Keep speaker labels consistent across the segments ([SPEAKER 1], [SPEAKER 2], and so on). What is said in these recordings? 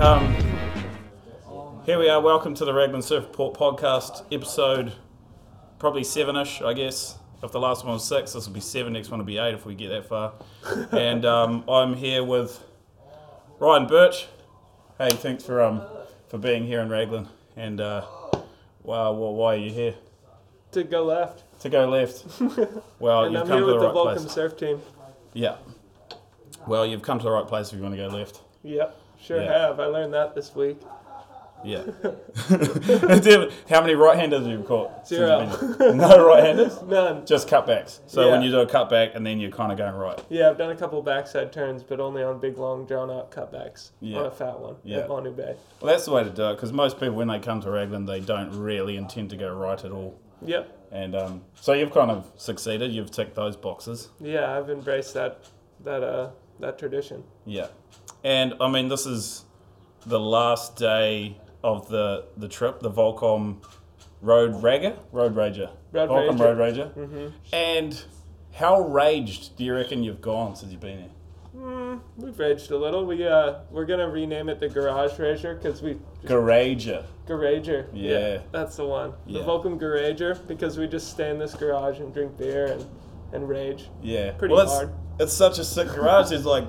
[SPEAKER 1] um, Here we are. Welcome to the Raglan Surfport podcast, episode probably seven ish, I guess. If the last one was six, this will be seven. Next one will be eight if we get that far. and um, I'm here with Ryan Birch. Hey, thanks for um for being here in Raglan. And uh, wow, wh- why are you here?
[SPEAKER 2] to go left.
[SPEAKER 1] To go left. Well,
[SPEAKER 2] And
[SPEAKER 1] you've
[SPEAKER 2] I'm
[SPEAKER 1] come to the
[SPEAKER 2] here with the,
[SPEAKER 1] right
[SPEAKER 2] Vulcan
[SPEAKER 1] place.
[SPEAKER 2] Surf Team.
[SPEAKER 1] Yeah. Well, you've come to the right place if you want to go left.
[SPEAKER 2] Yep, sure
[SPEAKER 1] Yeah.
[SPEAKER 2] have. I learned that this week.
[SPEAKER 1] Yeah. Damn it. How many right-handers have you caught? since
[SPEAKER 2] Zero.
[SPEAKER 1] you've been- no right-handers.
[SPEAKER 2] None.
[SPEAKER 1] Just cutbacks. So when
[SPEAKER 2] Yeah.
[SPEAKER 1] you do a cutback and then you're kind of going right.
[SPEAKER 2] Yeah, I've done a couple backside turns, but only on big, long, drawn out cutbacks
[SPEAKER 1] Yeah.
[SPEAKER 2] on a fat one
[SPEAKER 1] Yeah.
[SPEAKER 2] at Manu Bay.
[SPEAKER 1] Well, that's the way to do it because most people, when they come to Raglan, they don't really intend to go right at all.
[SPEAKER 2] Yep.
[SPEAKER 1] And um, so you've kind of succeeded. You've ticked those boxes.
[SPEAKER 2] Yeah, I've embraced that that uh that tradition.
[SPEAKER 1] Yeah. And I mean, this is the last day of the the trip, the Volcom Road Rager, Road Rager,
[SPEAKER 2] Road
[SPEAKER 1] Volcom
[SPEAKER 2] Rager.
[SPEAKER 1] Road Rager. Mm-hmm. And how raged do you reckon you've gone since you've been here?
[SPEAKER 2] We've raged a little. We uh we're gonna rename it the Garage Rager because we
[SPEAKER 1] Garager.
[SPEAKER 2] Garager.
[SPEAKER 1] Yeah.
[SPEAKER 2] that's the one.
[SPEAKER 1] Yeah.
[SPEAKER 2] The Vulcan Garager because we just stay in this garage and drink beer and and rage.
[SPEAKER 1] Yeah.
[SPEAKER 2] Pretty
[SPEAKER 1] well, it's,
[SPEAKER 2] hard.
[SPEAKER 1] It's such a sick garage. There's like,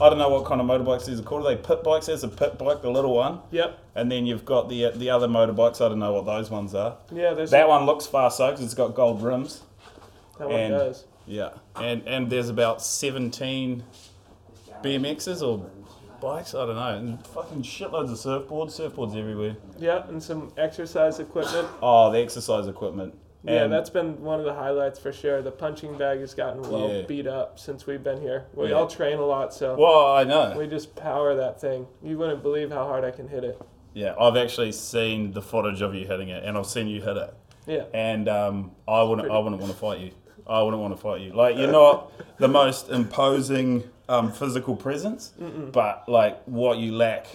[SPEAKER 1] I don't know what kind of motorbikes these are called. Are they pit bikes? There's a pit bike, the little one.
[SPEAKER 2] Yep.
[SPEAKER 1] And then you've got the uh, the other motorbikes. I don't know what those ones are.
[SPEAKER 2] Yeah, there's
[SPEAKER 1] That one looks fast though because it's got gold rims.
[SPEAKER 2] that one
[SPEAKER 1] and-
[SPEAKER 2] does.
[SPEAKER 1] Yeah. And and there's about 17 BMXs or bikes. I don't know. And fucking shitloads of surfboards. Surfboards everywhere.
[SPEAKER 2] Yep, and some exercise equipment.
[SPEAKER 1] Oh, the exercise equipment.
[SPEAKER 2] Yeah,
[SPEAKER 1] And-
[SPEAKER 2] that's been one of the highlights for sure. The punching bag has gotten well
[SPEAKER 1] Yeah.
[SPEAKER 2] beat up since we've been here. We
[SPEAKER 1] Yeah.
[SPEAKER 2] all train a lot, so
[SPEAKER 1] Well, I know.
[SPEAKER 2] we just power that thing. You wouldn't believe how hard I can hit it.
[SPEAKER 1] Yeah, I've actually seen the footage of you hitting it, and I've seen you hit it,
[SPEAKER 2] Yeah.
[SPEAKER 1] and um, I wouldn't, I wouldn't want to fight you. I wouldn't want to fight you. Like you're not the most imposing um, physical presence, but like what you lack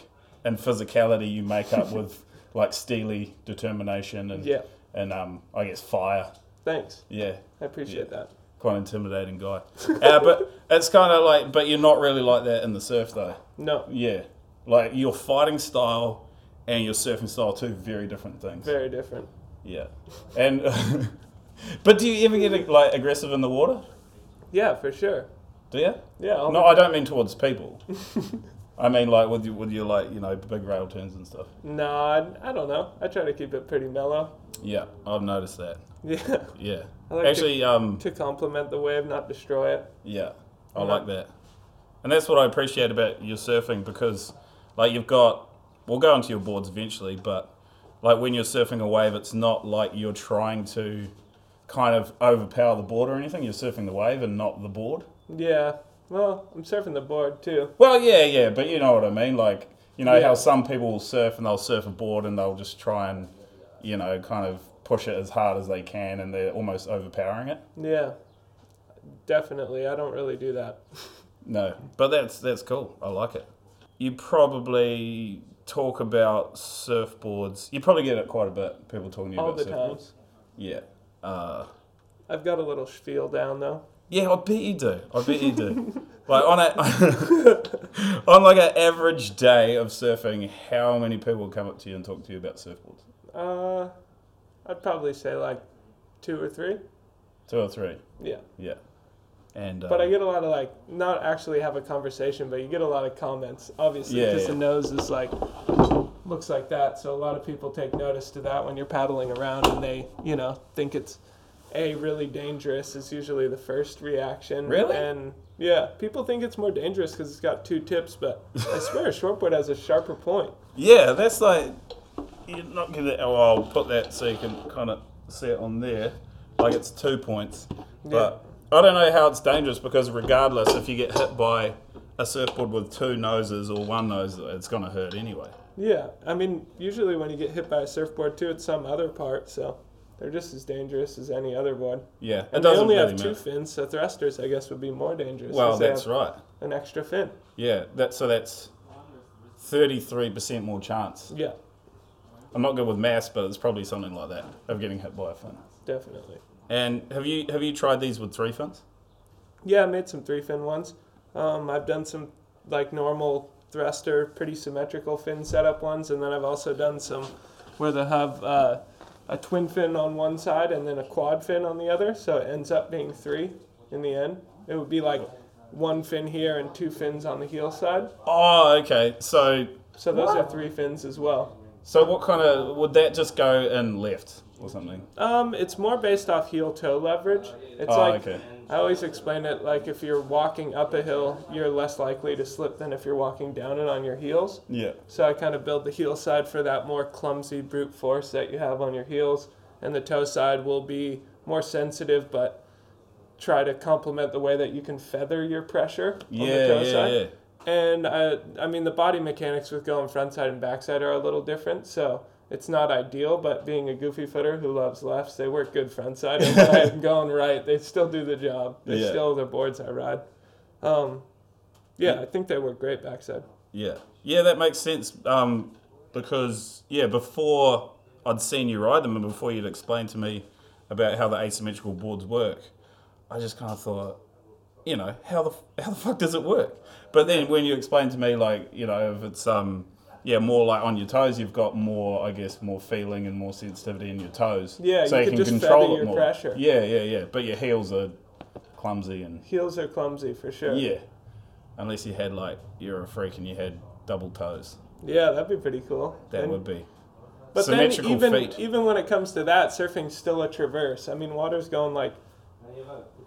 [SPEAKER 1] in physicality, you make up with like steely determination and
[SPEAKER 2] Yeah.
[SPEAKER 1] and um, I guess fire.
[SPEAKER 2] Thanks.
[SPEAKER 1] Yeah,
[SPEAKER 2] I appreciate
[SPEAKER 1] Yeah.
[SPEAKER 2] that.
[SPEAKER 1] quite intimidating guy. uh, but it's kind of like, but you're not really like that in the surf though.
[SPEAKER 2] No,
[SPEAKER 1] Yeah, like your fighting style and your surfing style are two very different things.
[SPEAKER 2] very different.
[SPEAKER 1] Yeah, and but do you ever get like aggressive in the water?
[SPEAKER 2] Yeah, for sure.
[SPEAKER 1] Do you?
[SPEAKER 2] Yeah. I'll-
[SPEAKER 1] No, I don't mean towards people. I mean like with your, with your like you know big rail turns and stuff.
[SPEAKER 2] Nah, I I don't know. I try to keep it pretty mellow.
[SPEAKER 1] Yeah, I've noticed that.
[SPEAKER 2] Yeah.
[SPEAKER 1] Yeah,
[SPEAKER 2] I like to-
[SPEAKER 1] actually, um,
[SPEAKER 2] to complement the wave, not destroy it.
[SPEAKER 1] Yeah, I
[SPEAKER 2] Yeah.
[SPEAKER 1] like that. And that's what I appreciate about your surfing because, like, you've got, we'll go into your boards eventually, but like when you're surfing a wave, it's not like you're trying to kind of overpower the board or anything. You're surfing the wave and not the board.
[SPEAKER 2] Yeah. Well, I'm surfing the board too.
[SPEAKER 1] Well, yeah, yeah, but you know what I mean. Like, you know
[SPEAKER 2] Yeah.
[SPEAKER 1] how some people will surf and they'll surf a board and they'll just try and, you know, kind of push it as hard as they can and they're almost overpowering it.
[SPEAKER 2] Yeah. Definitely. I don't really do that.
[SPEAKER 1] No, but that's that's cool. I like it. You probably talk about surfboards. You probably get it quite a bit. People talking to you
[SPEAKER 2] All
[SPEAKER 1] about
[SPEAKER 2] the
[SPEAKER 1] surfboards.
[SPEAKER 2] time.
[SPEAKER 1] Yeah. Uh,
[SPEAKER 2] I've got a little spiel down though.
[SPEAKER 1] yeah, I bet you do. I bet you do. like on a on like an average day of surfing, how many people come up to you and talk to you about surfboards?
[SPEAKER 2] Uh, I'd probably say like two or three.
[SPEAKER 1] Two or three.
[SPEAKER 2] Yeah.
[SPEAKER 1] Yeah. And
[SPEAKER 2] But
[SPEAKER 1] uh,
[SPEAKER 2] I get a lot of like, not actually have a conversation, but you get a lot of comments, obviously,
[SPEAKER 1] Yeah,
[SPEAKER 2] because
[SPEAKER 1] yeah.
[SPEAKER 2] the nose is like, looks like that. So a lot of people take notice to that when you're paddling around and they, you know, think it's A, really dangerous is usually the first reaction.
[SPEAKER 1] Really?
[SPEAKER 2] And yeah, people think it's more dangerous because it's got two tips, but I swear a shortboard has a sharper point.
[SPEAKER 1] Yeah, that's like you're not gonna. Oh, I'll put that so you can kind of see it on there. Like it's two points, but I don't know how it's dangerous because regardless, if you get hit by a surfboard with two noses or one nose, it's gonna hurt anyway.
[SPEAKER 2] Yeah, I mean, usually when you get hit by a surfboard too, it's some other part, so they're just as dangerous as any other board.
[SPEAKER 1] Yeah, it
[SPEAKER 2] And
[SPEAKER 1] doesn't
[SPEAKER 2] they only
[SPEAKER 1] really
[SPEAKER 2] have
[SPEAKER 1] matter.
[SPEAKER 2] two fins, so thrusters, I guess, would be more dangerous.
[SPEAKER 1] Well,
[SPEAKER 2] 'cause they
[SPEAKER 1] that's
[SPEAKER 2] have
[SPEAKER 1] right.
[SPEAKER 2] An extra fin.
[SPEAKER 1] Yeah, that so that's thirty-three percent more chance.
[SPEAKER 2] Yeah,
[SPEAKER 1] I'm not good with maths, but it's probably something like that of getting hit by a fin.
[SPEAKER 2] definitely.
[SPEAKER 1] And have you have you tried these with three fins?
[SPEAKER 2] Yeah, I made some three fin ones. Um, I've done some like normal thruster, pretty symmetrical fin setup ones, and then I've also done some where they have uh, a twin fin on one side and then a quad fin on the other, so it ends up being three in the end. It would be like one fin here and two fins on the heel side.
[SPEAKER 1] Oh, okay. So,
[SPEAKER 2] So those are three fins as well.
[SPEAKER 1] so what kind of would that just go in left or something?
[SPEAKER 2] Um, it's more based off heel toe leverage. It's
[SPEAKER 1] Oh,
[SPEAKER 2] like
[SPEAKER 1] okay.
[SPEAKER 2] I always explain it like if you're walking up a hill, you're less likely to slip than if you're walking down it on your heels.
[SPEAKER 1] Yeah.
[SPEAKER 2] So I kind of build the heel side for that more clumsy brute force that you have on your heels, and the toe side will be more sensitive, but try to complement the way that you can feather your pressure on the
[SPEAKER 1] Yeah,
[SPEAKER 2] toe
[SPEAKER 1] yeah,
[SPEAKER 2] side.
[SPEAKER 1] yeah.
[SPEAKER 2] And I, I mean, the body mechanics with going frontside and backside are a little different, so it's not ideal. But being a goofy footer who loves lefts, they work good frontside. And when I'm going right, they still do the job. They
[SPEAKER 1] Yeah.
[SPEAKER 2] still the boards I ride. Um, yeah, I think they work great backside.
[SPEAKER 1] Yeah, yeah, that makes sense. Um, because yeah, before I'd seen you ride them, and before you'd explained to me about how the asymmetrical boards work, I just kind of thought, you know, how the f- how the fuck does it work? But then when you explained to me, like, you know, if it's um, yeah, more like on your toes, you've got more, I guess, more feeling and more sensitivity in your toes.
[SPEAKER 2] Yeah,
[SPEAKER 1] so
[SPEAKER 2] you
[SPEAKER 1] you,
[SPEAKER 2] can
[SPEAKER 1] can,
[SPEAKER 2] just
[SPEAKER 1] control
[SPEAKER 2] feather
[SPEAKER 1] it
[SPEAKER 2] your
[SPEAKER 1] more.
[SPEAKER 2] pressure.
[SPEAKER 1] Yeah, yeah, yeah. But your heels are clumsy and
[SPEAKER 2] Heels are clumsy for sure.
[SPEAKER 1] yeah, unless you had like you're a freak and you had double toes.
[SPEAKER 2] Yeah, that'd be pretty cool.
[SPEAKER 1] That
[SPEAKER 2] And-
[SPEAKER 1] would be.
[SPEAKER 2] But then
[SPEAKER 1] Symmetrical
[SPEAKER 2] even
[SPEAKER 1] feet.
[SPEAKER 2] even when it comes to that, surfing's still a traverse. I mean, water's going like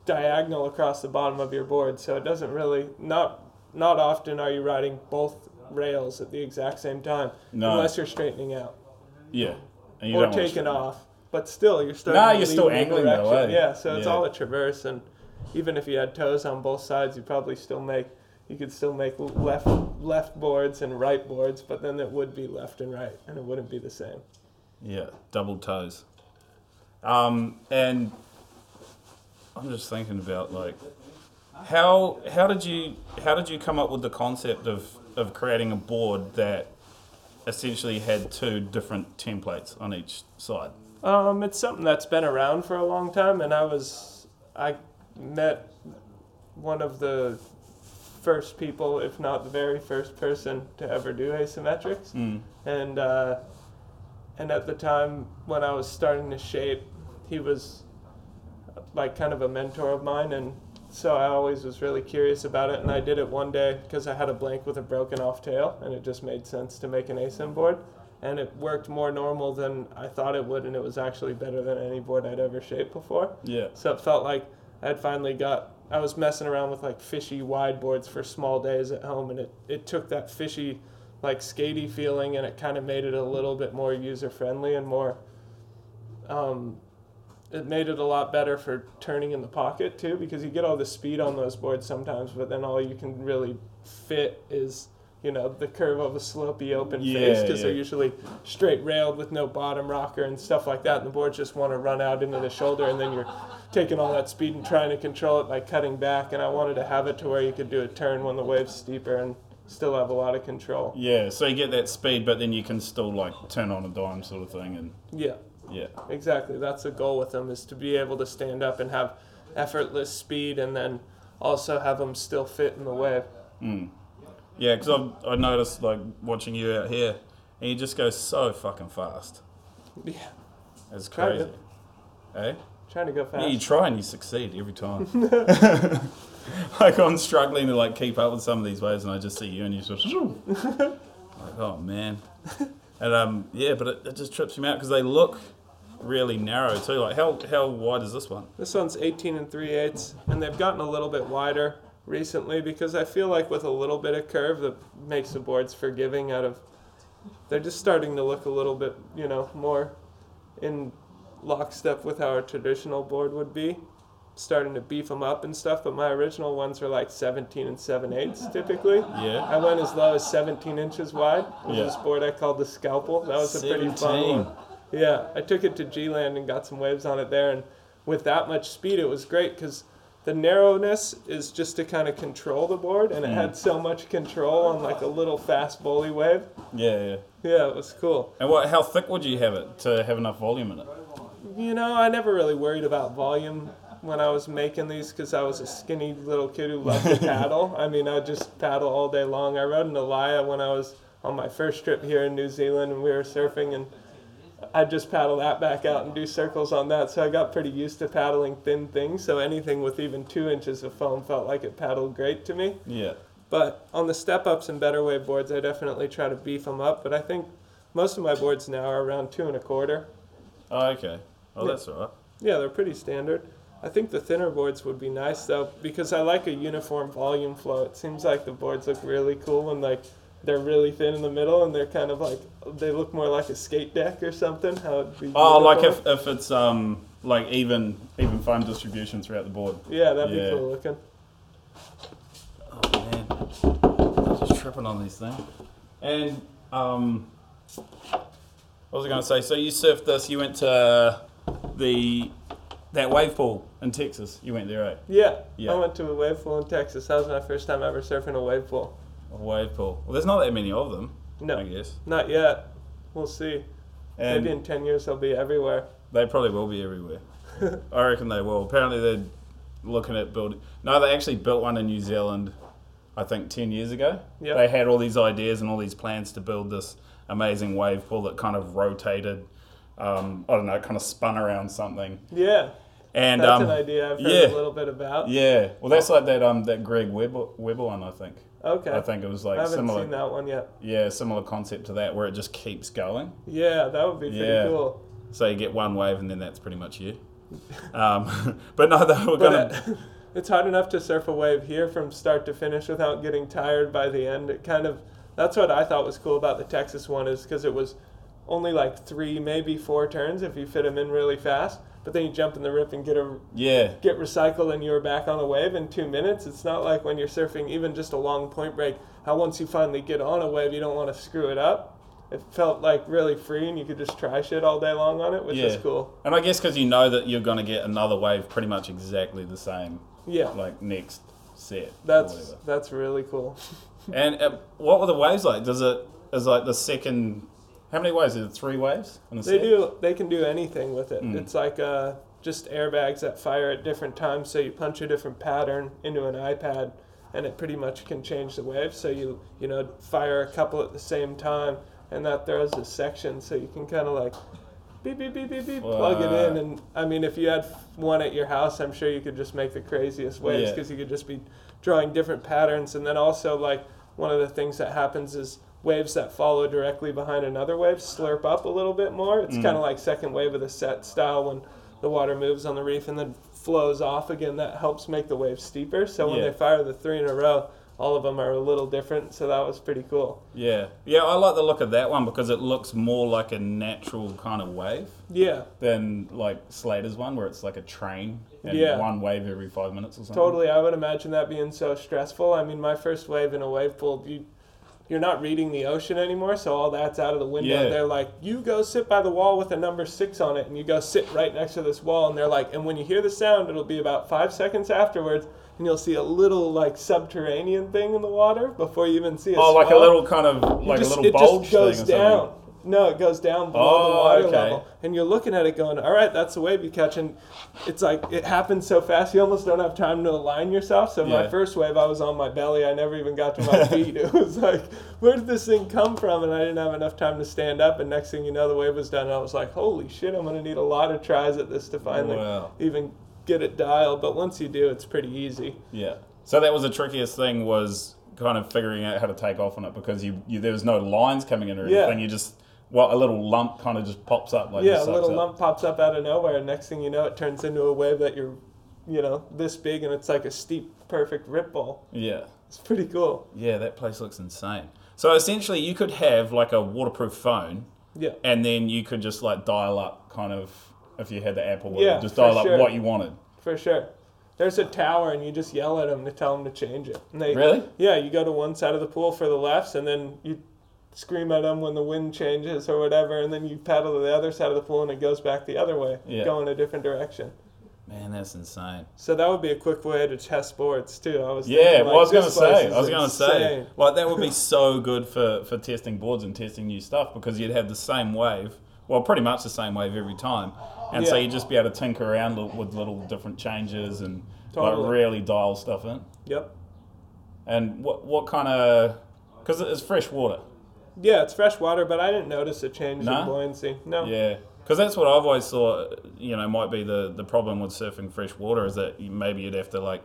[SPEAKER 2] diagonal across the bottom of your board, so it doesn't really not not often are you riding both rails at the exact same time
[SPEAKER 1] No.
[SPEAKER 2] unless you're straightening out
[SPEAKER 1] Yeah. And you
[SPEAKER 2] or
[SPEAKER 1] don't wanna
[SPEAKER 2] taking
[SPEAKER 1] sh-
[SPEAKER 2] off. But still, you're starting.
[SPEAKER 1] Nah,
[SPEAKER 2] to
[SPEAKER 1] you're
[SPEAKER 2] lean
[SPEAKER 1] still
[SPEAKER 2] in the
[SPEAKER 1] angling though,
[SPEAKER 2] direction.
[SPEAKER 1] eh?
[SPEAKER 2] Yeah, so it's
[SPEAKER 1] Yeah.
[SPEAKER 2] all a traverse, and even if you had toes on both sides, you probably still make you could still make left left boards and right boards, but then it would be left and right, and it wouldn't be the same.
[SPEAKER 1] Yeah, double toes. Um, and I'm just thinking about like how how did you how did you come up with the concept of of creating a board that essentially had two different templates on each side?
[SPEAKER 2] Um, it's something that's been around for a long time, and I was I met one of the first people, if not the very first person, to ever do asymmetrics,
[SPEAKER 1] Mm.
[SPEAKER 2] and uh, and at the time when I was starting to shape, he was like kind of a mentor of mine, and so I always was really curious about it, and I did it one day because I had a blank with a broken off tail, and it just made sense to make an asim board and it worked more normal than I thought it would, and it was actually better than any board I'd ever shaped before.
[SPEAKER 1] Yeah.
[SPEAKER 2] So it felt like I had finally got. I was messing around with like fishy wide boards for small days at home, and it, it took that fishy, like skatey feeling, and it kind of made it a little bit more user friendly and more. Um, it made it a lot better for turning in the pocket too, because you get all the speed on those boards sometimes, but then all you can really fit is you know the curve of a slopey open face face
[SPEAKER 1] Yeah,
[SPEAKER 2] because
[SPEAKER 1] yeah.
[SPEAKER 2] they're usually straight railed with no bottom rocker and stuff like that, and the boards just want to run out into the shoulder, and then you're taking all that speed and trying to control it by cutting back. And I wanted to have it to where you could do a turn when the wave's steeper and still have a lot of control.
[SPEAKER 1] Yeah, so you get that speed, but then you can still like turn on a dime sort of thing, and
[SPEAKER 2] Yeah,
[SPEAKER 1] yeah,
[SPEAKER 2] exactly. That's the goal with them is to be able to stand up and have effortless speed, and then also have them still fit in the wave.
[SPEAKER 1] Yeah, because I noticed like watching you out here, and you just go so fucking fast.
[SPEAKER 2] Yeah,
[SPEAKER 1] It's
[SPEAKER 2] Try
[SPEAKER 1] crazy.
[SPEAKER 2] it.
[SPEAKER 1] Eh?
[SPEAKER 2] trying to go fast.
[SPEAKER 1] Yeah, you try and you succeed every time. like I'm struggling to like keep up with some of these waves, and I just see you and you sort of like, oh man, and um yeah, but it, it just trips me out because they look really narrow too. Like how how wide is this one?
[SPEAKER 2] This one's 18 and 3 eighths, and they've gotten a little bit wider recently because I feel like with a little bit of curve that makes the boards forgiving out of. They're just starting to look a little bit, you know, more in lockstep with how a traditional board would be. Starting to beef them up and stuff, but my original ones were like 17 and 7 eighths typically.
[SPEAKER 1] Yeah,
[SPEAKER 2] I went as low as 17 inches wide. With
[SPEAKER 1] Yeah.
[SPEAKER 2] This board I called the scalpel. That was a pretty fun
[SPEAKER 1] 17.
[SPEAKER 2] one. Yeah, I took it to G Land and got some waves on it there, and with that much speed, it was great because the narrowness is just to kind of control the board, and it had so much control on like a little fast bully wave.
[SPEAKER 1] yeah, yeah.
[SPEAKER 2] Yeah, it was cool.
[SPEAKER 1] And what? How thick would you have it to have enough volume in it?
[SPEAKER 2] You know, I never really worried about volume when I was making these because I was a skinny little kid who loved to paddle. I mean, I just paddle all day long. I rode an Elia when I was on my first trip here in New Zealand, and we were surfing, and I'd just paddle that back out and do circles on that. So I got pretty used to paddling thin things. So anything with even two inches of foam felt like it paddled great to me.
[SPEAKER 1] Yeah.
[SPEAKER 2] But on the step ups and better wave boards, I definitely try to beef them up. But I think most of my boards now are around two and a quarter.
[SPEAKER 1] Oh, okay. Oh,
[SPEAKER 2] Yeah.
[SPEAKER 1] that's all right.
[SPEAKER 2] Yeah, they're pretty standard. I think the thinner boards would be nice though because I like a uniform volume flow. It seems like the boards look really cool when like they're really thin in the middle and they're kind of like they look more like a skate deck or something. How it'd be
[SPEAKER 1] Oh, like
[SPEAKER 2] uniform.
[SPEAKER 1] if, if it's um like even even foam distribution throughout the board.
[SPEAKER 2] yeah, that'd
[SPEAKER 1] Yeah.
[SPEAKER 2] be cool looking.
[SPEAKER 1] Oh man, I'm just tripping on these things. And um, what was I going to say? So you surfed this. You went to the that wave pool in Texas. You went there, eh? right?
[SPEAKER 2] Yeah,
[SPEAKER 1] Yeah.
[SPEAKER 2] I went to a wave pool in Texas. That was my first time ever surfing a wave pool.
[SPEAKER 1] A wave pool. Well, there's not that many of them.
[SPEAKER 2] No.
[SPEAKER 1] I guess.
[SPEAKER 2] Not yet. We'll see.
[SPEAKER 1] And
[SPEAKER 2] Maybe in ten years they'll be everywhere.
[SPEAKER 1] They probably will be everywhere. I reckon they will. Apparently they're looking at building. No, they actually built one in New Zealand. I think ten years ago.
[SPEAKER 2] Yep.
[SPEAKER 1] They had all these ideas and all these plans to build this amazing wave pool that kind of rotated. Um, I don't know, kind of spun around something.
[SPEAKER 2] Yeah,
[SPEAKER 1] And um,
[SPEAKER 2] that's an idea I've heard
[SPEAKER 1] yeah.
[SPEAKER 2] a little bit about.
[SPEAKER 1] Yeah. Well, that's like that um that Greg Webber, Webber one. I think.
[SPEAKER 2] Okay,
[SPEAKER 1] I think it was
[SPEAKER 2] I
[SPEAKER 1] like
[SPEAKER 2] haven't
[SPEAKER 1] similar.
[SPEAKER 2] seen that one yet.
[SPEAKER 1] Yeah, similar concept to that where it just keeps going.
[SPEAKER 2] Yeah, that would be pretty
[SPEAKER 1] Yeah.
[SPEAKER 2] cool.
[SPEAKER 1] So you get one wave and then that's pretty much you. Um, but no, they were
[SPEAKER 2] But
[SPEAKER 1] gonna.
[SPEAKER 2] uh, it's hard enough to surf a wave here from start to finish without getting tired by the end. It kind of that's what I thought was cool about the Texas one is because it was only like three, maybe four turns if you fit them in really fast. But then you jump in the rip and get a
[SPEAKER 1] Yeah,
[SPEAKER 2] get recycled and you're back on a wave in two minutes. It's not like when you're surfing even just a long point break, how once you finally get on a wave, you don't want to screw it up. It felt like really free and you could just try shit all day long on it, which is
[SPEAKER 1] Yeah.
[SPEAKER 2] cool.
[SPEAKER 1] and I guess because you know that you're going to get another wave pretty much exactly the same,
[SPEAKER 2] Yeah.
[SPEAKER 1] like next set. or
[SPEAKER 2] That's
[SPEAKER 1] whatever.
[SPEAKER 2] that's really cool.
[SPEAKER 1] and uh, what were the waves like? Does it is like the second? How many waves? Is it three waves? In a
[SPEAKER 2] They
[SPEAKER 1] set?
[SPEAKER 2] do they can do anything with it.
[SPEAKER 1] Mm.
[SPEAKER 2] It's like uh, just airbags that fire at different times, so you punch a different pattern into an iPad, and it pretty much can change the wave. So you you know fire a couple at the same time, and that throws a section, so you can kind of like. Beep beep beep beep beep. Plug it in,
[SPEAKER 1] Wow.
[SPEAKER 2] and I mean, if you had one at your house, I'm sure you could just make the craziest waves
[SPEAKER 1] Yeah.
[SPEAKER 2] because you could just be drawing different patterns. And then also, like one of the things that happens is waves that follow directly behind another wave slurp up a little bit more. It's kind of like second wave of the set style when the water moves on the reef and then flows off again. That helps make the wave steeper. So when
[SPEAKER 1] Yeah.
[SPEAKER 2] they fire the three in a row, all of them are a little different. So that was pretty cool.
[SPEAKER 1] Yeah, yeah. I like the look of that one because it looks more like a natural kind of wave
[SPEAKER 2] Yeah.
[SPEAKER 1] than like Slater's one, where it's like a train and
[SPEAKER 2] Yeah.
[SPEAKER 1] one wave every five minutes or something.
[SPEAKER 2] Totally, I would imagine that being so stressful. I mean, my first wave in a wave pool, you, you're not reading the ocean anymore, so all that's out of the window.
[SPEAKER 1] Yeah.
[SPEAKER 2] They're like, you go sit by the wall with a number six on it, and you go sit right next to this wall, and they're like, and when you hear the sound, it'll be about five seconds afterwards, and you'll see a little like subterranean thing in the water before you even see it.
[SPEAKER 1] Oh, like a little kind of like
[SPEAKER 2] just-
[SPEAKER 1] a little bulge
[SPEAKER 2] It just goes
[SPEAKER 1] thing or
[SPEAKER 2] down.
[SPEAKER 1] something.
[SPEAKER 2] No, it goes down below the
[SPEAKER 1] Oh,
[SPEAKER 2] water
[SPEAKER 1] okay.
[SPEAKER 2] level, and you're looking at it going, "All right, that's the wave you catch." And it's like it happens so fast, you almost don't have time to align yourself. So my
[SPEAKER 1] Yeah.
[SPEAKER 2] first wave, I was on my belly. I never even got to my feet. It was like, "Where did this thing come from?" And I didn't have enough time to stand up. And next thing you know, the wave was done. And I was like, "Holy shit! I'm gonna need a lot of tries at this to finally
[SPEAKER 1] Wow.
[SPEAKER 2] even get it dialed." But once you do, it's pretty easy.
[SPEAKER 1] Yeah. So that was the trickiest thing was kind of figuring out how to take off on it because you, you there was no lines coming in or
[SPEAKER 2] Yeah.
[SPEAKER 1] anything. You just well a little lump kind of just pops up like
[SPEAKER 2] Yeah,
[SPEAKER 1] just
[SPEAKER 2] a
[SPEAKER 1] sucks
[SPEAKER 2] little
[SPEAKER 1] up.
[SPEAKER 2] lump pops up out of nowhere, and next thing you know, it turns into a wave that you're, you know, this big, and it's like a steep, perfect rip ball.
[SPEAKER 1] Yeah.
[SPEAKER 2] It's pretty cool.
[SPEAKER 1] Yeah, that place looks insane. So essentially you could have like a waterproof phone
[SPEAKER 2] Yeah.
[SPEAKER 1] and then you could just like dial up kind of if you had the Apple with
[SPEAKER 2] Yeah,
[SPEAKER 1] it, just
[SPEAKER 2] for
[SPEAKER 1] dial up
[SPEAKER 2] sure.
[SPEAKER 1] what you wanted.
[SPEAKER 2] For sure. There's a tower, and you just yell at them to tell them to change it. And they,
[SPEAKER 1] Really?
[SPEAKER 2] Yeah, you go to one side of the pool for the lefts, and then you scream at them when the wind changes or whatever, and then you paddle to the other side of the pool, and it goes back the other way,
[SPEAKER 1] Yeah.
[SPEAKER 2] going a different direction.
[SPEAKER 1] Man, that's insane.
[SPEAKER 2] So that would be a quick way to test boards too. I was
[SPEAKER 1] Yeah,
[SPEAKER 2] thinking,
[SPEAKER 1] well,
[SPEAKER 2] like,
[SPEAKER 1] I was gonna
[SPEAKER 2] this place
[SPEAKER 1] say,
[SPEAKER 2] is
[SPEAKER 1] I was gonna say,
[SPEAKER 2] insane.
[SPEAKER 1] like that would be so good for for testing boards and testing new stuff because you'd have the same wave, well, pretty much the same wave every time, and so
[SPEAKER 2] Yeah.
[SPEAKER 1] you just be able to tinker around li- with little different changes and
[SPEAKER 2] Totally.
[SPEAKER 1] like really dial stuff in.
[SPEAKER 2] Yep.
[SPEAKER 1] And what what kind of because it's fresh water,
[SPEAKER 2] Yeah, it's fresh water, but I didn't notice a change
[SPEAKER 1] Nah?
[SPEAKER 2] in buoyancy. No.
[SPEAKER 1] yeah. Because that's what I've always thought, you know, might be the, the problem with surfing fresh water is that you, maybe you'd have to like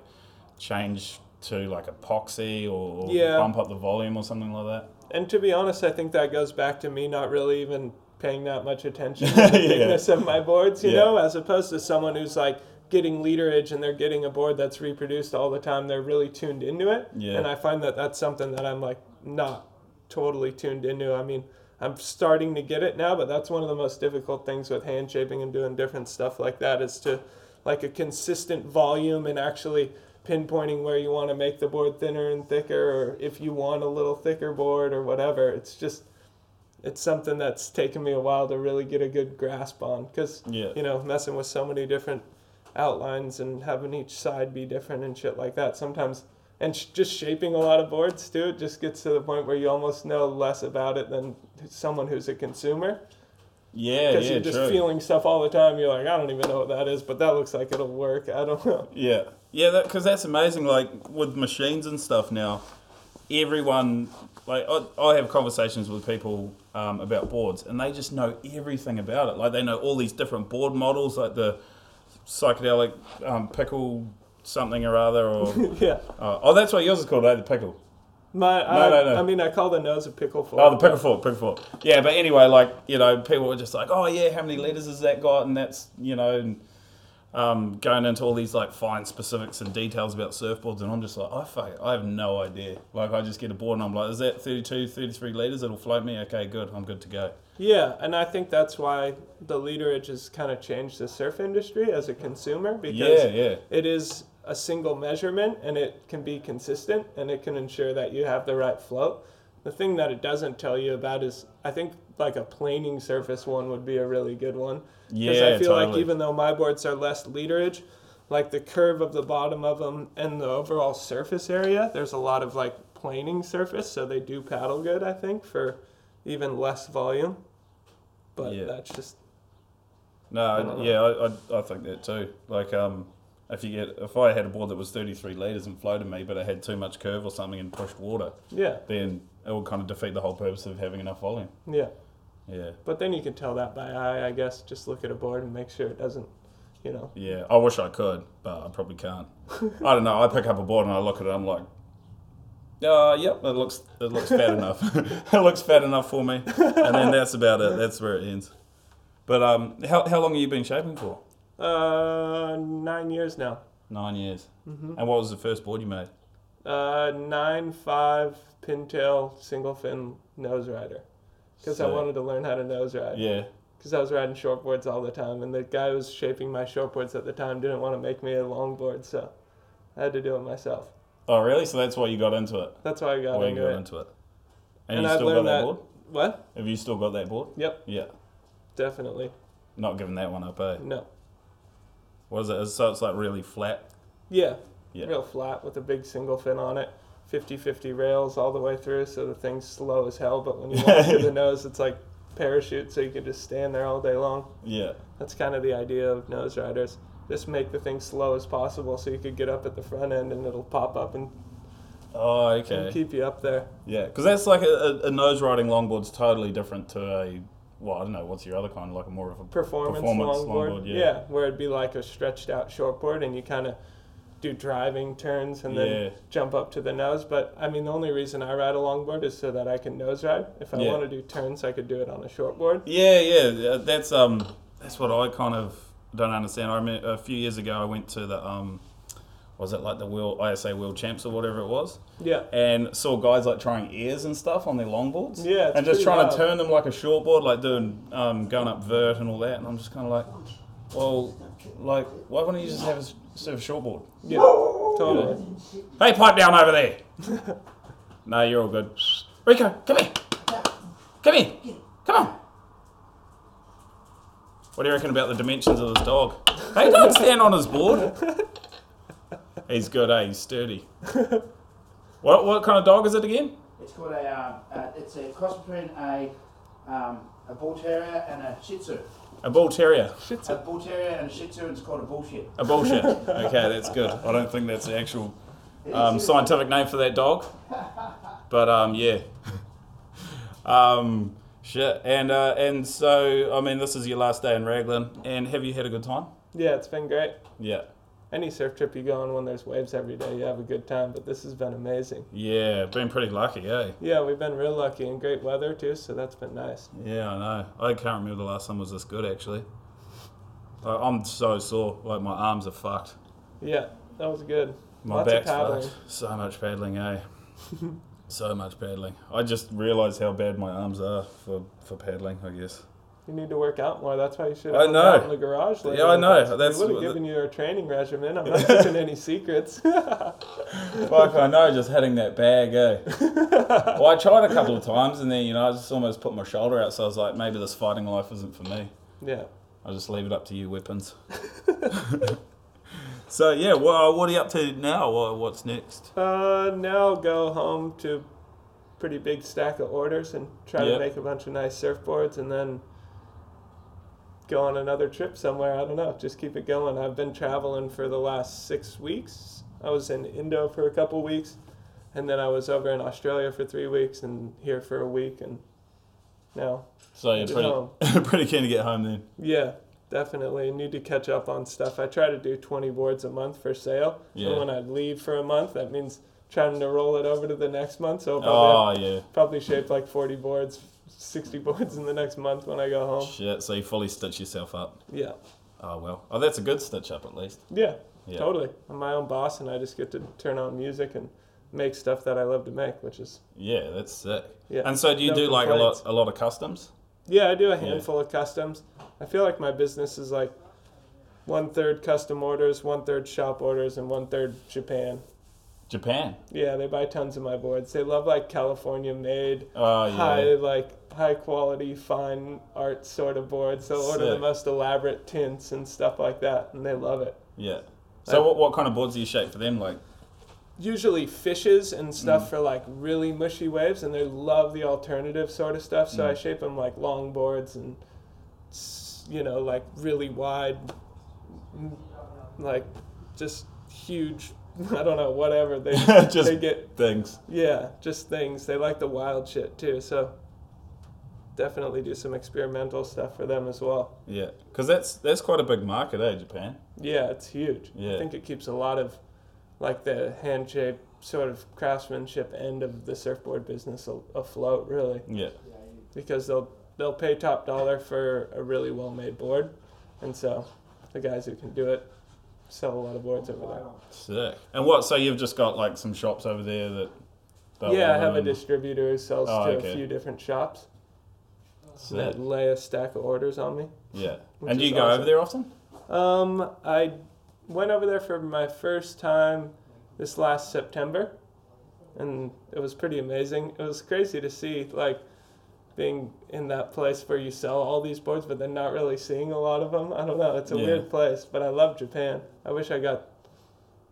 [SPEAKER 1] change to like epoxy or, or
[SPEAKER 2] Yeah.
[SPEAKER 1] bump up the volume or something like
[SPEAKER 2] And to be honest, I think that goes back to me not really even paying that much attention to
[SPEAKER 1] Yeah.
[SPEAKER 2] the thickness of my boards, you
[SPEAKER 1] Yeah.
[SPEAKER 2] know, as opposed to someone who's like getting leaderage and they're getting a board that's reproduced all the time. They're really tuned into it.
[SPEAKER 1] Yeah.
[SPEAKER 2] And I find that that's something that I'm like not totally tuned into. I mean, I'm starting to get it now, but that's one of the most difficult things with hand shaping and doing different stuff like that is to like a consistent volume and actually pinpointing where you want to make the board thinner and thicker or if you want a little thicker board or whatever. It's just it's something that's taken me a while to really get a good grasp on cuz
[SPEAKER 1] Yeah.
[SPEAKER 2] you know, messing with so many different outlines and having each side be different and shit like that. Sometimes and sh- just shaping a lot of boards too. It just gets to the point where you almost know less about it than someone who's a consumer
[SPEAKER 1] that. Yeah,
[SPEAKER 2] because
[SPEAKER 1] yeah,
[SPEAKER 2] you're just
[SPEAKER 1] true.
[SPEAKER 2] feeling stuff all the time. You're like, I don't even know what that is, but that looks like it'll work. I don't know.
[SPEAKER 1] Yeah, yeah, because that's amazing. Like with machines and stuff now, everyone like I, I have conversations with people um, about boards, and they just know everything about it. Like they know all these different board models, like the psychedelic um, pickle something or other, or
[SPEAKER 2] yeah,
[SPEAKER 1] uh, oh, that's what yours is called, eh? The pickle.
[SPEAKER 2] my
[SPEAKER 1] No,
[SPEAKER 2] I,
[SPEAKER 1] no, no.
[SPEAKER 2] I mean, I call the nose a pickle fork.
[SPEAKER 1] Oh, the pickle fork, pickle fork. Yeah, but anyway, like you know, people were just like, oh yeah, how many letters has that got? And that's you know, and, um, going into all these like fine specifics and details about surfboards, and I'm just like, oh fuck, it, I have no idea. Like I just get a board and I'm like, is that 32, 33 liters? It'll float me. Okay, good, I'm good to go.
[SPEAKER 2] Yeah, and I think that's why the leaderage has kind of changed the surf industry as a consumer because
[SPEAKER 1] Yeah, yeah,
[SPEAKER 2] it is a single measurement and it can be consistent and it can ensure that you have the right float. The thing that it doesn't tell you about is I think like a planing surface one would be a really good one. Because
[SPEAKER 1] Yeah,
[SPEAKER 2] I feel like
[SPEAKER 1] totally.
[SPEAKER 2] even though my boards are less leaderage, like the curve of the bottom of them and the overall surface area, there's a lot of like planing surface, so they do paddle good, I think, for even less volume. But
[SPEAKER 1] Yeah.
[SPEAKER 2] that's just
[SPEAKER 1] no, I- yeah, I, I, I think that too. Like um. If you get, if I had a board that was 33 liters and floated me, but it had too much curve or something and pushed water,
[SPEAKER 2] yeah,
[SPEAKER 1] then it would kind of defeat the whole purpose of having enough volume.
[SPEAKER 2] yeah.
[SPEAKER 1] Yeah.
[SPEAKER 2] But then you can tell that by eye, I guess. Just look at a board and make sure it doesn't, you know.
[SPEAKER 1] Yeah, I wish I could, but I probably can't. I don't know. I pick up a board and I look at it. I'm like, uh, yep, it looks it looks fat enough. it looks fat enough for me, and then that's about it. That's where it ends. But um, how how long have you been shaping for?
[SPEAKER 2] Uh, nine years now.
[SPEAKER 1] Nine years. And what was the first board you made?
[SPEAKER 2] Uh, nine five pintail single fin nose rider, because I
[SPEAKER 1] Sick.
[SPEAKER 2] wanted to learn how to nose ride.
[SPEAKER 1] Yeah,
[SPEAKER 2] because I was riding shortboards all the time, and the guy who was shaping my shortboards at the time didn't want to make me a longboard, so I had to do it myself.
[SPEAKER 1] Oh, really? So that's why you got into it.
[SPEAKER 2] That's why I got
[SPEAKER 1] Why you
[SPEAKER 2] into
[SPEAKER 1] got
[SPEAKER 2] it.
[SPEAKER 1] into it. And,
[SPEAKER 2] And
[SPEAKER 1] you
[SPEAKER 2] I've
[SPEAKER 1] still got
[SPEAKER 2] learned
[SPEAKER 1] that
[SPEAKER 2] that-
[SPEAKER 1] board?
[SPEAKER 2] What?
[SPEAKER 1] Have you still got that board?
[SPEAKER 2] Yep,
[SPEAKER 1] Yeah.
[SPEAKER 2] definitely.
[SPEAKER 1] Not giving that one up, eh?
[SPEAKER 2] No.
[SPEAKER 1] What is it? So it's like really flat.
[SPEAKER 2] Yeah.
[SPEAKER 1] Yeah.
[SPEAKER 2] Real flat with a big single fin on it. 50-50 rails all the way through, so the thing's slow as hell. But when you walk through the nose, it's like parachute, so you can just stand there all day long.
[SPEAKER 1] Yeah.
[SPEAKER 2] That's kind of the idea of nose riders. Just make the thing slow as possible, so you could get up at the front end and it'll pop up and,
[SPEAKER 1] Oh,
[SPEAKER 2] and
[SPEAKER 1] okay.
[SPEAKER 2] keep you up there.
[SPEAKER 1] Yeah, because that's like a, a, a nose riding longboard's totally different to a well, I don't know what's your other kind, like a more of a
[SPEAKER 2] performance,
[SPEAKER 1] Performance
[SPEAKER 2] longboard.
[SPEAKER 1] longboard,
[SPEAKER 2] yeah.
[SPEAKER 1] yeah.
[SPEAKER 2] where it'd be like a stretched out shortboard and you kind of do driving turns and then
[SPEAKER 1] Yeah.
[SPEAKER 2] jump up to the nose. But I mean, the only reason I ride a longboard is so that I can nose ride. If I
[SPEAKER 1] Yeah.
[SPEAKER 2] want to do turns, I could do it on a shortboard.
[SPEAKER 1] Yeah, yeah, th- that's um, that's what I kind of don't understand. I remember a few years ago I went to the um, was it like the world ISA World Champs or whatever it was,
[SPEAKER 2] Yeah.
[SPEAKER 1] and saw guys like trying airs and stuff on their longboards.
[SPEAKER 2] Yeah, it's
[SPEAKER 1] and just
[SPEAKER 2] pretty
[SPEAKER 1] trying
[SPEAKER 2] wild.
[SPEAKER 1] to turn them like a shortboard, like doing um, going up vert and all that. And I'm just kind of like, well, like why wouldn't you just have a s- surf shortboard?
[SPEAKER 2] Yeah. Totally.
[SPEAKER 1] Hey, pipe down over there. no, you're all good. Rico, come here. Come here. Come on. What do you reckon about the dimensions of this dog? Hey, don't stand on his board. He's good, eh? He's sturdy. What, what kind of dog is it again?
[SPEAKER 3] uh, It's called a, um, uh, it's a cross between a um, a bull terrier and a shih tzu.
[SPEAKER 1] A bull terrier.
[SPEAKER 2] Shit's
[SPEAKER 3] A bull terrier and a shih tzu, and it's called a bullshit.
[SPEAKER 1] A bullshit. Okay, that's good. I don't think that's the actual
[SPEAKER 3] It is
[SPEAKER 1] um,
[SPEAKER 3] serious.
[SPEAKER 1] scientific name for that dog. But um, yeah. um, shit. And uh, and so I mean, this is your last day in Raglan, and have you had a good time?
[SPEAKER 2] Yeah, it's been great.
[SPEAKER 1] Yeah.
[SPEAKER 2] Any surf trip you go on when there's waves every day, you have a good time, but this has been amazing.
[SPEAKER 1] Yeah, been pretty lucky, eh?
[SPEAKER 2] Yeah, we've been real lucky and great weather too, so that's been nice.
[SPEAKER 1] Yeah, I know. I can't remember the last time was this good actually. I, I'm so sore. Like my arms are fucked.
[SPEAKER 2] Yeah, that was good.
[SPEAKER 1] My
[SPEAKER 2] Lots of
[SPEAKER 1] back's
[SPEAKER 2] paddling.
[SPEAKER 1] fucked. So much paddling, eh? so much paddling. I just realised how bad my arms are for, for paddling, I guess.
[SPEAKER 2] You need to work out more. That's why you should
[SPEAKER 1] I
[SPEAKER 2] have worked out
[SPEAKER 1] know.
[SPEAKER 2] in the garage.
[SPEAKER 1] Yeah,
[SPEAKER 2] later.
[SPEAKER 1] I know. That's
[SPEAKER 2] we would
[SPEAKER 1] what-
[SPEAKER 2] have given you a training regimen. I'm not keeping any secrets.
[SPEAKER 1] Fuck, I know, just hitting that bag, eh? well, I tried a couple of times and then, you know, I just almost put my shoulder out, so I was like, maybe this fighting life isn't for me.
[SPEAKER 2] yeah.
[SPEAKER 1] I'll just leave it up to you, weapons. so, yeah, well, uh, what are you up to now? Wha- What's next?
[SPEAKER 2] Uh, now go home to pretty big stack of orders and try
[SPEAKER 1] Yep.
[SPEAKER 2] to make a bunch of nice surfboards and then go on another trip somewhere. I don't know. Just keep it going. I've been traveling for the last six weeks. I was in Indo for a couple weeks, and then I was over in Australia for three weeks and here for a week. And now,
[SPEAKER 1] So, you're
[SPEAKER 2] Get
[SPEAKER 1] pretty, pretty keen to get home then.
[SPEAKER 2] yeah, definitely need to catch up on stuff. I try to do 20 boards a month for sale.
[SPEAKER 1] Yeah.
[SPEAKER 2] So when I leave for a month, that means trying to roll it over to the next month. So probably have
[SPEAKER 1] Oh, yeah.
[SPEAKER 2] probably shaped like 40 boards, 60 boards in the next month when I go home.
[SPEAKER 1] Shit, so you fully stitch yourself up.
[SPEAKER 2] Yeah.
[SPEAKER 1] Oh, well. Oh, that's a good stitch up at least.
[SPEAKER 2] Yeah,
[SPEAKER 1] Yeah.
[SPEAKER 2] totally. I'm my own boss and I just get to turn on music and make stuff that I love to make, which is
[SPEAKER 1] Yeah, that's sick.
[SPEAKER 2] yeah.
[SPEAKER 1] And so, do you
[SPEAKER 2] No
[SPEAKER 1] do like a lot,
[SPEAKER 2] complaints.
[SPEAKER 1] a lot of customs?
[SPEAKER 2] Yeah, I do a handful of customs. I feel like my business is like one third custom orders, one third shop orders, and one third Japan.
[SPEAKER 1] Japan.
[SPEAKER 2] Yeah, they buy tons of my boards. They love like California made
[SPEAKER 1] Oh, yeah.
[SPEAKER 2] high like high quality fine art sort of boards. They'll order the
[SPEAKER 1] Sick.
[SPEAKER 2] most elaborate tints and stuff like that, and they love it.
[SPEAKER 1] Yeah. So, what, what kind of boards do you shape for them? Like,
[SPEAKER 2] Usually fishes and
[SPEAKER 1] Mm.
[SPEAKER 2] stuff for like really mushy waves, and they love the alternative sort of stuff.
[SPEAKER 1] Mm.
[SPEAKER 2] So I shape them like long boards and s- you know like really wide, m- like just huge. I don't know, whatever they
[SPEAKER 1] Just-
[SPEAKER 2] they get
[SPEAKER 1] things.
[SPEAKER 2] Yeah, just things. They like the wild shit too, so definitely do some experimental stuff for them as well.
[SPEAKER 1] Yeah, because that's that's quite a big market, eh? Japan.
[SPEAKER 2] Yeah, it's huge.
[SPEAKER 1] Yeah.
[SPEAKER 2] I think it keeps a lot of like the hand shaped sort of craftsmanship end of the surfboard business a- afloat really
[SPEAKER 1] Yeah.
[SPEAKER 2] because they'll they'll pay top dollar for a really well made board and so the guys who can do it sell a lot of boards over there
[SPEAKER 1] Sick. And what? So you've just got like some shops over there that. that
[SPEAKER 2] yeah i
[SPEAKER 1] will
[SPEAKER 2] have a
[SPEAKER 1] run-
[SPEAKER 2] distributor who sells
[SPEAKER 1] Oh,
[SPEAKER 2] to
[SPEAKER 1] okay.
[SPEAKER 2] a few different shops
[SPEAKER 1] Sick.
[SPEAKER 2] that lay a stack of orders on me
[SPEAKER 1] Yeah.
[SPEAKER 2] which
[SPEAKER 1] And do
[SPEAKER 2] is
[SPEAKER 1] you go over
[SPEAKER 2] awesome.
[SPEAKER 1] there often?
[SPEAKER 2] Um, I went over there for my first time this last September, and it was pretty amazing. It was crazy to see like being in that place where you sell all these boards, but then not really seeing a lot of them. I don't know. It's a
[SPEAKER 1] Yeah.
[SPEAKER 2] weird place, but I love Japan. I wish I got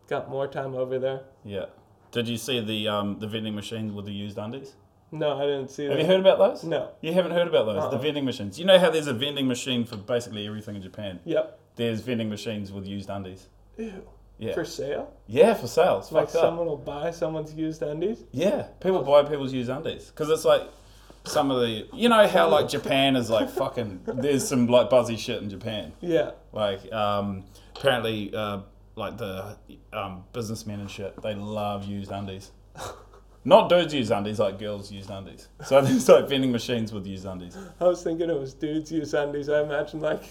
[SPEAKER 2] got more time over there.
[SPEAKER 1] Yeah. Did you see the um, the vending machines with the used undies?
[SPEAKER 2] No, I didn't see
[SPEAKER 1] Have you
[SPEAKER 2] that.
[SPEAKER 1] heard about those?
[SPEAKER 2] No.
[SPEAKER 1] You haven't heard about those, the
[SPEAKER 2] Uh-uh.
[SPEAKER 1] vending machines. You know how there's a vending machine for basically everything in Japan.
[SPEAKER 2] Yep.
[SPEAKER 1] There's vending machines with used undies.
[SPEAKER 2] Ew.
[SPEAKER 1] Yeah.
[SPEAKER 2] For sale?
[SPEAKER 1] yeah, for sale. It's
[SPEAKER 2] Like
[SPEAKER 1] fucked up.
[SPEAKER 2] someone will buy someone's used undies?
[SPEAKER 1] Yeah, people buy people's used undies because it's like some of the you know how like Japan is like fucking. There's some like buzzy shit in Japan.
[SPEAKER 2] Yeah.
[SPEAKER 1] Like um, apparently uh, like the um, businessmen and shit they love used undies. Not dudes used undies, like girls used undies. So there's like vending machines with used undies.
[SPEAKER 2] I was thinking it was dudes use undies. I imagine like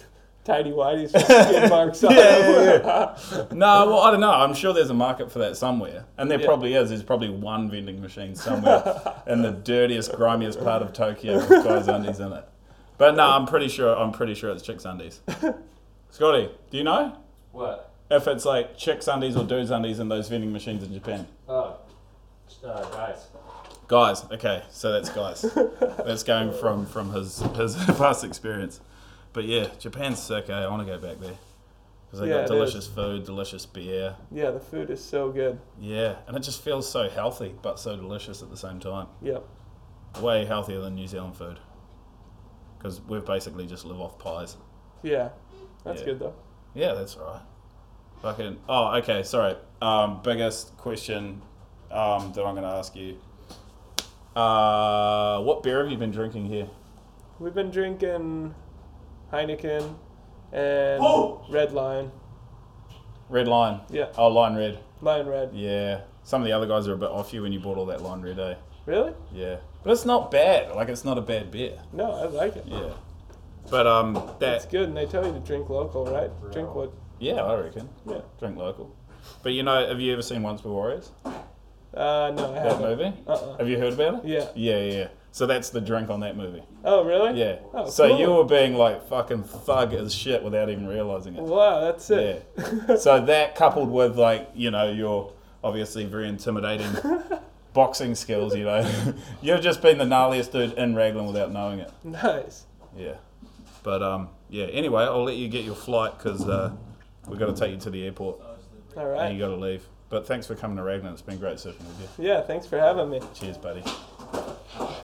[SPEAKER 2] tidy whities with skid marks on
[SPEAKER 1] Yeah, yeah,
[SPEAKER 2] them.
[SPEAKER 1] No, well I don't know. I'm sure there's a market for that somewhere, and there
[SPEAKER 2] Yeah.
[SPEAKER 1] probably is. There's probably one vending machine somewhere in the dirtiest, grimiest part of Tokyo with guys' undies in it. But no, I'm pretty sure. I'm pretty sure it's chicks' undies. Scotty, do you know
[SPEAKER 4] What?
[SPEAKER 1] if it's like chicks' undies or dudes' undies in those vending machines in Japan?
[SPEAKER 4] Oh, uh, guys.
[SPEAKER 1] Guys, okay, so that's guys. that's going from from his his past experience. But yeah, Japan's sick. Eh? I want to go back there because they
[SPEAKER 2] Yeah, it
[SPEAKER 1] got
[SPEAKER 2] is.
[SPEAKER 1] delicious food, delicious beer.
[SPEAKER 2] Yeah, the food is so good.
[SPEAKER 1] Yeah, and it just feels so healthy but so delicious at the same time.
[SPEAKER 2] Yep.
[SPEAKER 1] Way healthier than New Zealand food. because we basically just live off pies.
[SPEAKER 2] Yeah. That's
[SPEAKER 1] Yeah.
[SPEAKER 2] good though.
[SPEAKER 1] Yeah, that's all right. Fucking. Oh, okay. Sorry. Um, biggest question um, that I'm going to ask you. Uh, what beer have you been drinking here?
[SPEAKER 2] We've been drinking Heineken and
[SPEAKER 3] Oh!
[SPEAKER 2] Red Lion.
[SPEAKER 1] Red Line.
[SPEAKER 2] Yeah,
[SPEAKER 1] Oh, Line Red.
[SPEAKER 2] Lion Red.
[SPEAKER 1] Yeah. Some of the other guys are a bit off you when you bought all that Line Red, eh?
[SPEAKER 2] Really?
[SPEAKER 1] Yeah. But it's not bad. Like, it's not a bad beer.
[SPEAKER 2] No, I like it.
[SPEAKER 1] Yeah. But um,
[SPEAKER 2] It's
[SPEAKER 1] that.
[SPEAKER 2] good, and they tell you to drink local, right? Drink what?
[SPEAKER 1] Yeah, I reckon.
[SPEAKER 2] Yeah.
[SPEAKER 1] Drink local. But you know, have you ever seen Once Were Warriors?
[SPEAKER 2] Uh, no, I
[SPEAKER 1] That
[SPEAKER 2] haven't.
[SPEAKER 1] movie?
[SPEAKER 2] Uh-uh.
[SPEAKER 1] Have you heard about it?
[SPEAKER 2] Yeah.
[SPEAKER 1] Yeah, yeah. So that's the drink on that movie.
[SPEAKER 2] Oh, really?
[SPEAKER 1] Yeah.
[SPEAKER 2] Oh,
[SPEAKER 1] so
[SPEAKER 2] cool.
[SPEAKER 1] you were being like fucking thug as shit without even realizing it.
[SPEAKER 2] Wow, that's
[SPEAKER 1] Yeah.
[SPEAKER 2] it.
[SPEAKER 1] so that coupled with like, you know, your obviously very intimidating boxing skills, you know, you've just been the gnarliest dude in Raglan without knowing it.
[SPEAKER 2] Nice.
[SPEAKER 1] Yeah. But um, yeah. Anyway, I'll let you get your flight because uh, we've got to take you to the airport
[SPEAKER 2] All
[SPEAKER 1] and you
[SPEAKER 2] right.
[SPEAKER 1] got to leave. But thanks for coming to Raglan. It's been great sitting with you.
[SPEAKER 2] Yeah, thanks for having me.
[SPEAKER 1] Cheers, buddy.